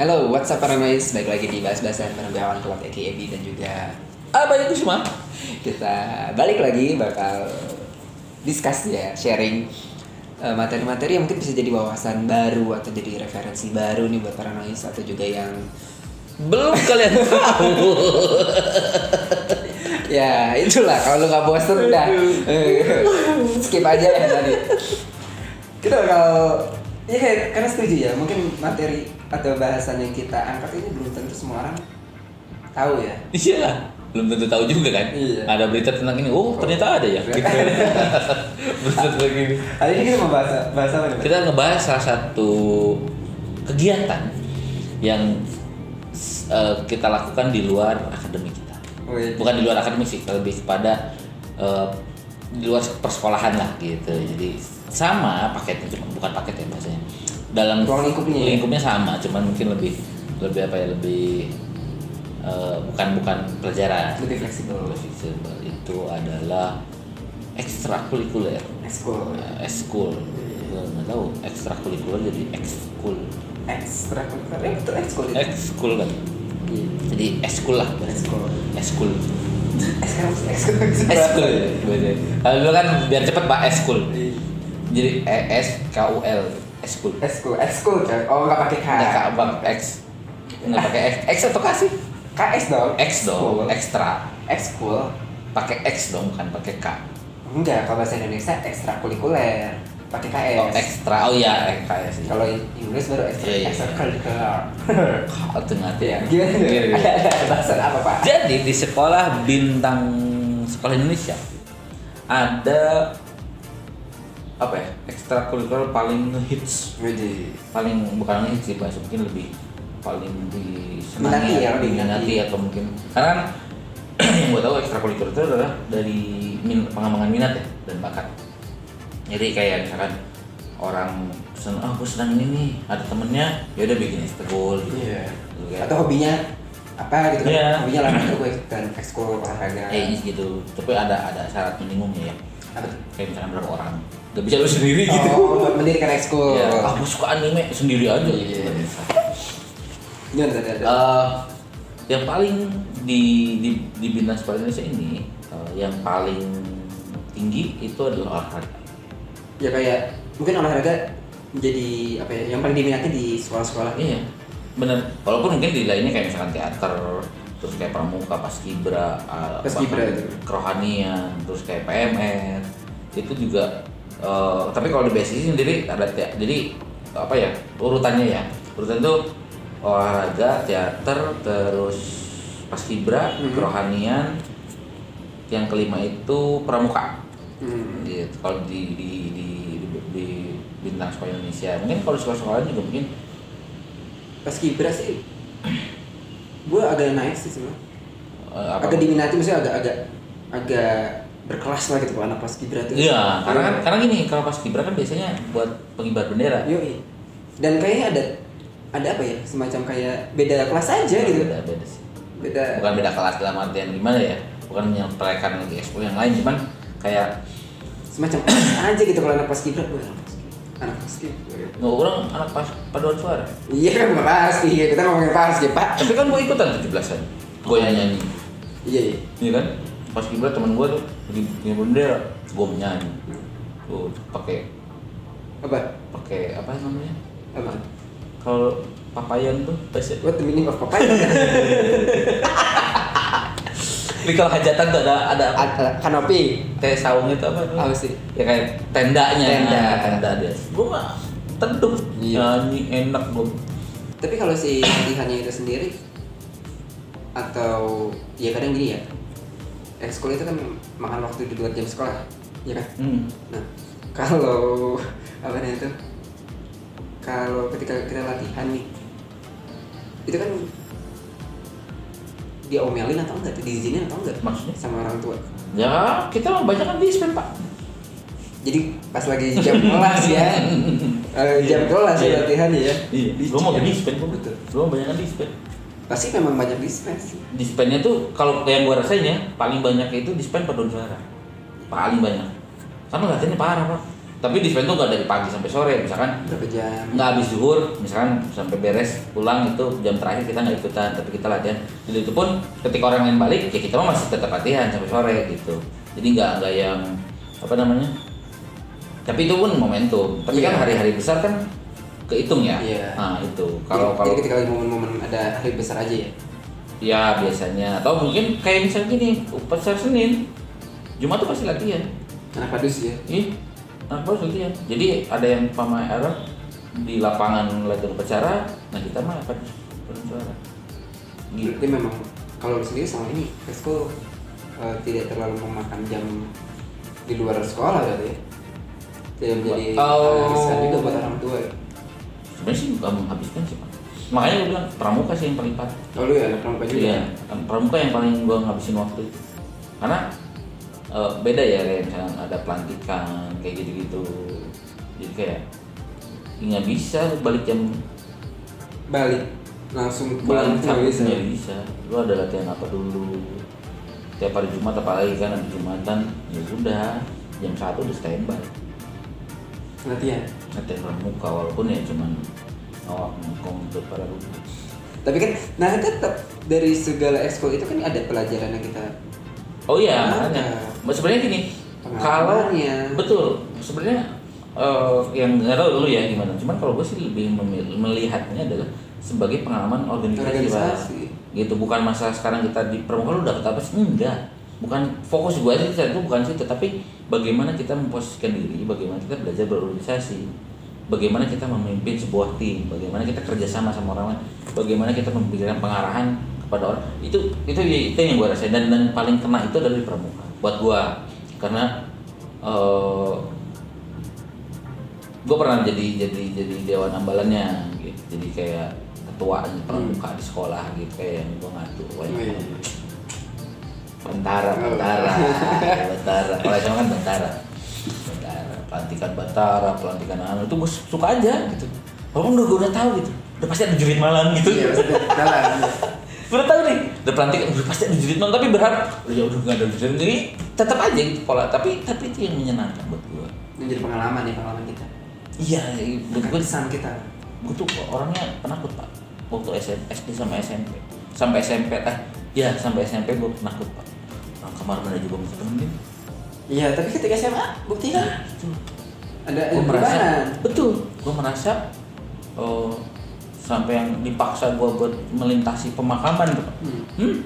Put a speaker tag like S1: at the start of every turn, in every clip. S1: What's up Paranoids? Baik lagi di bahas-bahas dan penampilan kuat AKB dan juga apa itu semua Kita balik lagi bakal discuss ya, sharing eh, materi-materi yang mungkin bisa jadi wawasan baru atau jadi referensi baru nih buat Paranoids atau juga yang belum kalian tahu ya itulah kalau lu nggak bosen dah skip aja ya tadi kita bakal ya kayak- karena setuju ya mungkin materi atau bahasan yang kita angkat ini belum tentu semua orang tahu ya
S2: Iya, belum tentu tahu juga kan.
S1: Iya.
S2: Ada berita tentang ini, oh ternyata ada ya. Gitu. berita tentang ini.
S1: hari ini kita mau bahas bahas apa nih Pak?
S2: Kita ngebahas salah satu kegiatan yang eh, kita lakukan di luar akademik kita.
S1: Wih.
S2: Bukan di luar akademik sih, lebih kepada eh, di luar persekolahan lah gitu. Jadi sama paketnya, cuma bukan paket ya biasanya. Dalam
S1: Ruang lingkupnya ya?
S2: lingkupnya sama, cuman mungkin lebih lebih apa ya lebih eh, bukan bukan pelajaran. Gitu
S1: lebih fleksibel
S2: Lebih fleksibel. itu adalah ekstrakurikuler eh,
S1: ekskul
S2: ekskul Gua nggak tahu ekstrakurikuler jadi ekskul
S1: ekstra eh betul ekskul itu
S2: ekskul kan
S1: Iya.
S2: jadi ekskul lah
S1: ekskul
S2: ekskul
S1: Eh, sekarang ekskul
S2: ekskul ya. kalau dulu kan biar cepet pak ekskul
S1: Iya.
S2: jadi e s k u l ekskul
S1: ekskul ekskul coy. oh nggak pakai k
S2: nggak kak bang x nggak pakai x x atau kasih
S1: ks dong
S2: x dong ekstra
S1: ekskul
S2: pakai x dong bukan pakai k
S1: enggak kalau bahasa Indonesia ekstrakurikuler pakai ks
S2: oh ekstra oh ya k ya sih
S1: Kalau Inggris baru extra
S2: Iya, iya.
S1: extracurricular.
S2: Kau tengah
S1: Ya, gimana?
S2: Gini, gini.
S1: Ada ada bahasan apa, Pak?
S2: Jadi di sekolah bintang sekolah Indonesia ada apa ya ekstrakurikuler paling hits
S1: Jadi
S2: paling bukan ngehits sih bahasa mungkin lebih paling
S1: Minati
S2: disenangi
S1: ya, lebih
S2: diminati atau mungkin karena kan yang gue tahu ekstrakurikuler itu adalah dari min, pengembangan minat ya dan bakat jadi kayak misalkan orang pesan ah gue senang ini nih ada temennya ya udah bikin ekstrakul gitu
S1: Iya.
S2: Gitu kayak-
S1: Atau hobinya apa gitu kan?
S2: Iya.
S1: Hobinya lah itu gue dan ekskul olahraga.
S2: kayaknya gitu tapi ada ada syarat minimumnya ya
S1: Apa tuh?
S2: kayak misalnya berapa orang gak bisa lu sendiri gitu
S1: Oh, buat mendirikan ekskul.
S2: ya aku suka anime sendiri aja gitu
S1: Iya. Gimana Iya, ada ada?
S2: Eh, yang paling di di di bintang sekolah Indonesia ini eh, yang paling tinggi itu adalah olahraga
S1: Ya kayak mungkin olahraga jadi apa ya? Yang paling diminati di sekolah-sekolah ini.
S2: iya bener walaupun mungkin di lainnya kayak misalkan teater terus kayak pramuka paskibra eh,
S1: Paskibra
S2: bahkan
S1: itu.
S2: kerohanian terus kayak PMR itu juga eh, tapi kalau di BSI sendiri ada tea- jadi apa ya urutannya ya urutan itu olahraga teater terus paskibra
S1: Mhm.
S2: kerohanian yang kelima itu pramuka
S1: Hmm.
S2: gitu kalau di di di, di- di bintang sekolah Indonesia mungkin kalau di sekolah-sekolah juga mungkin
S1: Pas kibra sih gue agak naik sih sebenarnya.
S2: eh, apa
S1: Agak gitu. diminati maksudnya agak agak agak berkelas lah gitu kalau anak pas kibra tuh.
S2: Iya, karena kan karena gini kalau pas kibra kan biasanya buat pengibar bendera.
S1: Yoi. Dan kayaknya ada ada apa ya? Semacam kayak beda kelas aja gitu.
S2: Beda, beda sih.
S1: Beda.
S2: Bukan beda kelas dalam artian gimana ya? Bukan menyampaikan lagi ekskul yang lain, cuman kayak
S1: Semacam kelas aja gitu kalau anak pas kibra gue anak pas kibra. Anak pas kibra.
S2: nggak orang anak pas paduan suara.
S1: Iya kan bukan pas iya kita ngomongin pas ya pak.
S2: Tapi kan gue ikutan 17-an. Gue nyanyi,
S1: Iya iya.
S2: iya kan? Pas kibra temen gue tuh lagi punya bendera, gue menyanyi. Tuh pakai
S1: Apa?
S2: pakai apa namanya?
S1: Apa?
S2: Kalau papayan tuh biasa
S1: What the meaning of papaya?
S2: Jadi kalau hajatan tuh ada ada apa?
S1: Ada Kanopi.
S2: teh saung itu apa?
S1: Apa sih?
S2: ya kayak tendanya
S1: Tenda.
S2: Nah, tenda dia gue mah teduh
S1: Iya.
S2: nyanyi enak gue
S1: Tapi kalau si latihannya itu sendiri atau ya kadang gini ya. Ekskul itu kan makan waktu di luar jam sekolah. Iya kan?
S2: hmm.
S1: Nah, kalau apa namanya itu? Kalau ketika kita latihan nih, itu kan diomelin atau enggak, tuh, diizinin atau enggak
S2: Maksudnya?
S1: sama orang tua.
S2: ya kita mah banyak kan dispen pak
S1: Jadi pas lagi jam kelas ya, eh, jam kelas ya
S2: Iya.
S1: latihan ya.
S2: iya
S1: Di-
S2: gue mau ke dispen gue
S1: Betul.
S2: betul gue banyak kan dispen
S1: Pasti memang banyak dispens.
S2: dispennya tuh kalau yang gue rasain ya paling banyak itu dispen paduan suara paling banyak karena latihannya parah pak tapi di event tuh nggak dari pagi sampai sore misalkan
S1: berapa jam
S2: nggak habis zuhur misalkan sampai beres pulang itu jam terakhir kita nggak ikutan tapi kita latihan jadi itu pun ketika orang lain balik ya kita mah masih tetap latihan sampai sore gitu jadi nggak nggak yang apa namanya tapi itu pun momentum tapi
S1: Iya.
S2: kan hari-hari besar kan kehitung ya
S1: Iya.
S2: nah itu
S1: kalau jadi
S2: kalau kalau
S1: ketika lagi momen-momen ada hari besar aja ya
S2: ya biasanya atau mungkin kayak misalnya gini pasar senin jumat tuh pasti latihan
S1: anak padus ya
S2: Ih, anak bos gitu ya. Jadi ada yang pama error di lapangan latihan upacara, nah kita mah apa upacara. Gitu.
S1: Berarti memang kalau lu sendiri selama ini ekskul eh, tidak terlalu memakan jam di luar sekolah berarti ya? Tidak menjadi
S2: Oh.
S1: menghabiskan juga buat orang tua ya?
S2: Sebenarnya sih nggak menghabiskan sih, Pak. Makanya gue bilang pramuka sih yang paling parah.
S1: Oh lu ya anak pramuka juga?
S2: Iya, pramuka yang paling gue ngabisin waktu itu. Karena eh, beda ya kayak misalnya ada pelantikan kayak gitu-gitu. Jadi kayak ya nggak bisa lu balik jam
S1: Balik langsung pulang
S2: Balik
S1: itu nggak bisa.
S2: bisa. bisa. Lu ada latihan apa dulu? Tiap hari Jumat apalagi kan habis Jumatan ya udah jam satu udah standby.
S1: Latihan.
S2: Latihan pramuka walaupun ya cuman awak ngomong untuk para rumah.
S1: Tapi kan, nah tetap dari segala ekskul itu kan ada pelajaran yang kita
S2: Oh iya,
S1: Ada. ya.
S2: makanya. Mas, Sebenarnya gini, kalau
S1: Pengalamannya.
S2: betul sebenarnya eh, yang nggak tahu lu ya gimana. Cuman kalau gue sih lebih memil- melihatnya adalah sebagai pengalaman organisasi, Pak.
S1: organisasi.
S2: gitu bukan masalah sekarang kita di permukaan lu dapat apa sih enggak bukan fokus gua aja di saat itu bukan situ tapi bagaimana kita memposisikan diri bagaimana kita belajar berorganisasi bagaimana kita memimpin sebuah tim bagaimana kita kerjasama sama orang lain bagaimana kita memberikan pengarahan kepada orang itu itu itu yang gua rasain dan dan paling kena itu dari pramuka buat gua karena eh gue pernah jadi jadi jadi dewan ambalannya gitu jadi kayak ketua pramuka di sekolah gitu kayak yang gue ngatur
S1: Wih.
S2: kayak bentara bentara bentara kalau sama kan bentara bentara pelantikan bentara pelantikan anu itu gue suka aja gitu walaupun udah gue udah tahu gitu udah pasti ada jurit malam gitu
S1: Iya, maksudnya dalam.
S2: udah tahu nih udah pelantikan udah pasti ada jurit malam tapi berharap "Oh, ya udah nggak ada jurit jadi tetap aja gitu pola tapi tapi itu yang menyenangkan buat gue
S1: Menjadi pengalaman ya pengalaman kita.
S2: iya buat
S1: Bukan
S2: gue
S1: kesan kita.
S2: gue tuh orangnya penakut pak waktu SM, SD sama SMP sampai SMP eh ya sampai SMP gue penakut pak orang kamar mandi juga masih temenin
S1: Iya, tapi ketika SMA buktinya ada
S2: gue Iya, Oh, merasa
S1: perubahan.
S2: betul gue merasa oh, sampai yang dipaksa gue buat melintasi pemakaman tuh Pak.
S1: Hmm.
S2: hmm.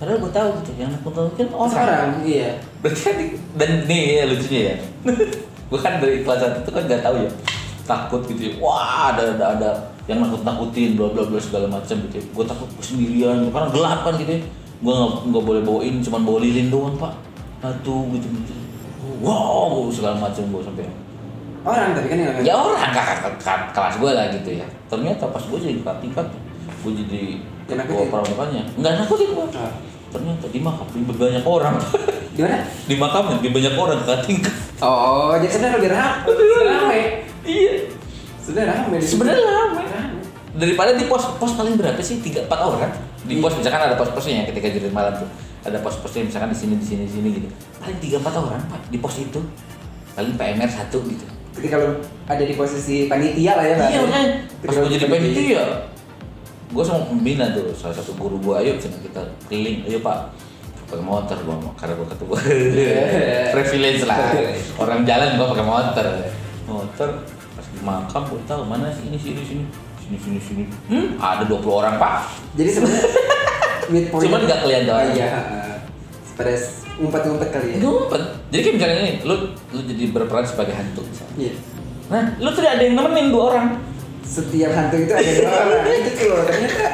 S2: padahal gue tahu gitu yang aku tahu kan orang
S1: Sekarang, iya.
S2: berarti kan di- dan nih ya, lucunya ya gue kan dari kelas satu itu kan nggak tahu ya takut gitu ya wah ada ada ada yang nakut nakutin bla bla bla segala macam gitu ya. gue takut gua sendirian karena gelap kan gitu ya gue nggak nggak boleh bawain cuman bawa lilin doang pak satu gitu gitu wow segala macam gue sampai
S1: Orang tapi kan yang
S2: ya orang kakak kakak kelas gue lah gitu ya ternyata pas gue jadi kakak tingkat gue jadi
S1: Nggak
S2: ketua
S1: nakutin?
S2: pramukanya nggak nakutin gue
S1: Ah.
S2: ternyata di makam lebih banyak orang
S1: Di mana?
S2: di makamnya lebih banyak orang kakak tingkat
S1: Oh, jadi sebenarnya lebih ramai. Ramai.
S2: iya
S1: Sebenarnya ramai. di situ.
S2: sebenarnya lama daripada di pos pos paling berapa sih tiga empat orang di pos misalkan ada pos-posnya ya ketika jurit malam tuh ada pos-posnya misalkan di sini di sini di sini gitu paling tiga empat orang pak di pos itu paling PMR satu gitu
S1: Ketika lo ada di posisi panitia lah ya, Bang.
S2: iya kan
S1: Ketika
S2: pas gue
S1: lo
S2: jadi panitia gue iya. sama pembina tuh salah satu guru gue ayo sama kita keliling ayo pak pakai motor gue karena gue ketua privilege lah orang jalan gue pakai motor motor pas di makam gue tahu mana sih ini sini sini sini sini sini hmm ada 20 orang pak
S1: Jadi sebenarnya midpoint.
S2: Cuman nggak kelihatan.
S1: Oh, Iya. heeh. Pada s- umpet-umpet kali ya.
S2: itu ngumpet jadi kayak misalnya ini lu lu jadi berperan sebagai hantu misalnya
S1: Iya.
S2: nah lu tidak ada yang nemenin dua orang
S1: Setiap hantu itu ada dua orang. Itu loh ternyata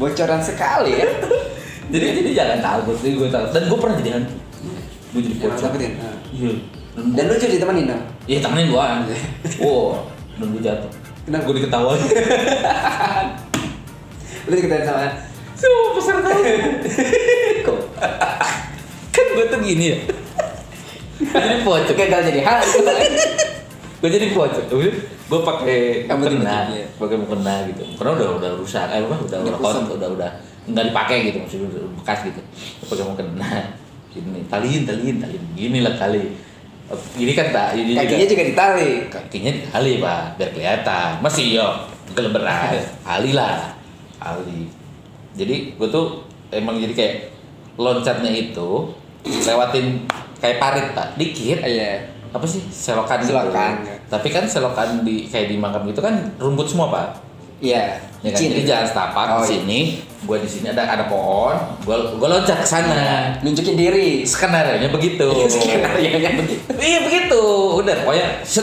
S1: bocoran sekali ya.
S2: jadi jadi jangan takut jadi gue takut dan gue pernah jadi hantu gue jadi
S1: Jangan
S2: pocong
S1: takutin. Heeh.
S2: iya dan
S1: Dan lu jadi temenin dong.
S2: Iya tangannya gua. wow, dan gua jatuh.
S1: Kenapa?
S2: Gua diketawain.
S1: Lu diketahui sama
S2: Semua peserta.
S1: Iya,
S2: Kok? kan gua tuh gini ya. Gua jadi pocong.
S1: gagal jadi hantu.
S2: Gua jadi pocong. Gua- Gua pakai
S1: Kamu jadi
S2: mukena,
S1: pocong, iya.
S2: pakai mukena gitu. Karena udah udah rusak, eh apa? Udah
S1: Udah
S2: udah kotor,
S1: rusak.
S2: udah udah nggak dipakai gitu maksudnya udah bekas gitu. Gua Pakai mukena. Gini, taliin, taliin, taliin. Gini lah kali. Ini kan tak, ini
S1: Kakinya juga ditarik.
S2: kakinya dikali pak biar kelihatan masih yo keleberan ali lah ali jadi gue tuh emang jadi kayak loncatnya itu lewatin kayak parit pak dikit
S1: Iya.
S2: apa sih selokan gitu.
S1: Selokan.
S2: tapi kan selokan di kayak di makam gitu kan rumput semua pak
S1: Iya.
S2: Ya kan?
S1: Cin.
S2: Jadi jalan setapak
S1: Oh, iya.
S2: di sini, gue di sini ada ada pohon, gue gue loncat ke sana.
S1: Nunjukin diri.
S2: Skenario nya begitu.
S1: Skenarionya begitu.
S2: Iya begitu, udah pokoknya set.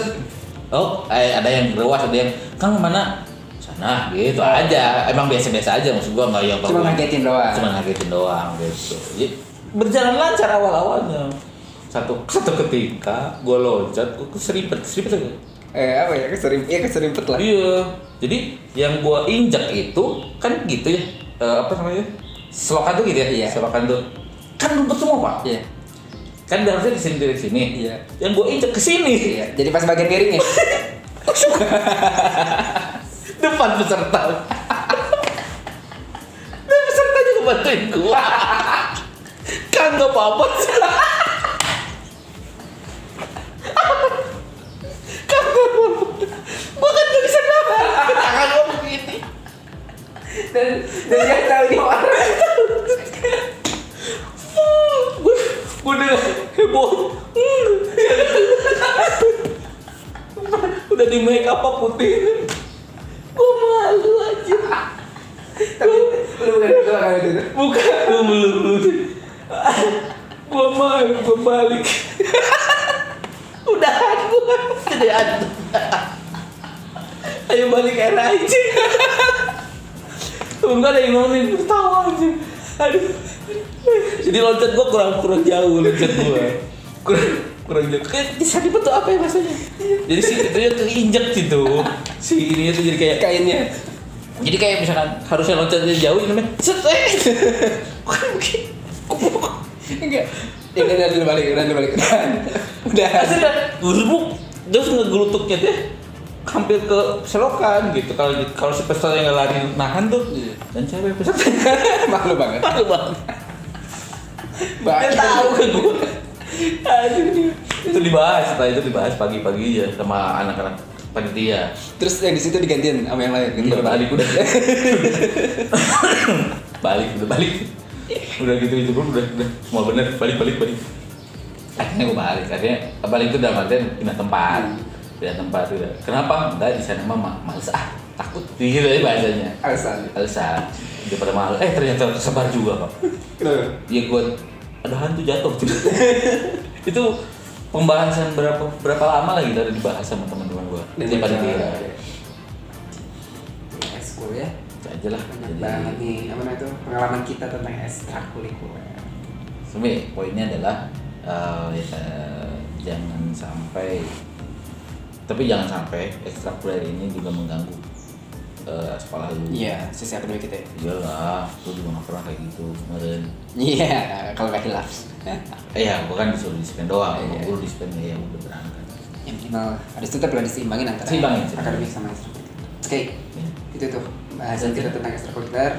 S2: Oh, eh, ada yang ruas, ada yang kamu mana? Sana gitu aja. Emang biasa-biasa aja maksud gua nggak yang
S1: Cuma ngagetin doang.
S2: Cuma ngagetin doang gitu. Jadi, berjalan lancar awal-awalnya. Satu satu ketika gua loncat, gua keseripet seripet.
S1: Eh apa ya keserim? Iya keserimpet lah.
S2: Iya. Jadi yang gua injak itu kan gitu ya. Eh, apa namanya? Selokan tuh gitu ya?
S1: Iya.
S2: Selokan tuh. Kan rumput semua, Pak.
S1: Iya.
S2: Kan harusnya di sini di sini.
S1: Iya.
S2: Yang gua injek ke sini.
S1: Iya. Jadi pas bagian miringnya.
S2: depan peserta dan peserta juga bantuin gua kan gak apa-apa sih. kan gak apa-apa gua kan gak bisa nahan tangan gua begini
S1: dan dan dia tahu ini orang.
S2: Fuh, gua gua udah heboh Hmm. udah di make up putih gua malu aja
S1: Tapi lu udah itu kan itu.
S2: Bukan gue melulu Gue mau gue balik Udahan gue Kedean Ayo balik air aja Temen gue ada yang ngomongin Ketawa aja Aduh Jadi loncat gue kurang kurang jauh loncat gue Kurang kurang jauh Kayak bisa dibentuk apa ya maksudnya Jadi si itu keinjek gitu Si ini tuh jadi kayak
S1: Eh, Kainnya.
S2: jadi kayak misalkan harusnya loncatnya jauh ini namanya set eh bukan mungkin kubuk
S1: Enggak. Ya udah udah, udah balik, udah udah balik. Udah. Udah.
S2: asli kan gerubuk terus ngegelutuknya tuh hampir ke selokan gitu kalau kalau si peserta yang lari nahan tuh
S1: Iya.
S2: dan cewek peserta
S1: Malu banget.
S2: malu banget dia
S1: Bahkan-
S2: tahu kan gue aduh itu dibahas setelah itu dibahas pagi-pagi ya sama anak-anak panitia
S1: Terus yang di situ digantiin sama yang lain. Ganti
S2: Udah
S1: balik.
S2: balik udah. balik udah balik. Udah gitu gitu pun udah udah mau bener balik balik balik. Akhirnya gue balik akhirnya balik itu dalam artian pindah tempat pindah tempat udah. Kenapa? Enggak di sana mama males ah takut gitu aja bahasanya.
S1: Alasan.
S2: Alasan daripada malu. Eh ternyata sebar juga pak.
S1: Kenapa?
S2: Ya gue ada hantu jatuh itu pembahasan berapa berapa lama lagi tadi dibahas sama teman-teman gue. Di panitia.
S1: Eskul ya.
S2: Itu aja lah.
S1: Banyak
S2: Jadi-
S1: banget nih apa namanya tuh pengalaman kita tentang ekstrakurikuler.
S2: Sebenarnya poinnya adalah eh, ya, jangan sampai tapi jangan sampai ekstrakurikuler ini juga mengganggu eh, sekolah lu.
S1: Iya, sisi akademik kita. ya.
S2: Iyalah, lu juga gak pernah kayak gitu kemarin.
S1: Iya, kalau nggak hilaf.
S2: Eh ya, gua kan disuruh disiplin doang,
S1: Iya.
S2: yeah. guru disiplin ya udah berangkat.
S1: Yang minimal harus tetap lah diseimbangin antara
S2: Seimbangin, seimbangin.
S1: akademik sama ekstrakurikuler. Oke,
S2: Ya.
S1: itu tuh bahasan
S2: Oke.
S1: kita tentang ekstrakurikuler.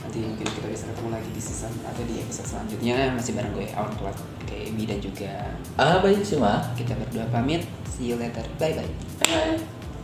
S1: Nanti mungkin kita bisa ketemu lagi di season atau di episode selanjutnya masih bareng gue Awan Kelat, Kemi dan juga
S2: Ah, baik sih, Ma.
S1: kita berdua pamit. See you later. Bye bye.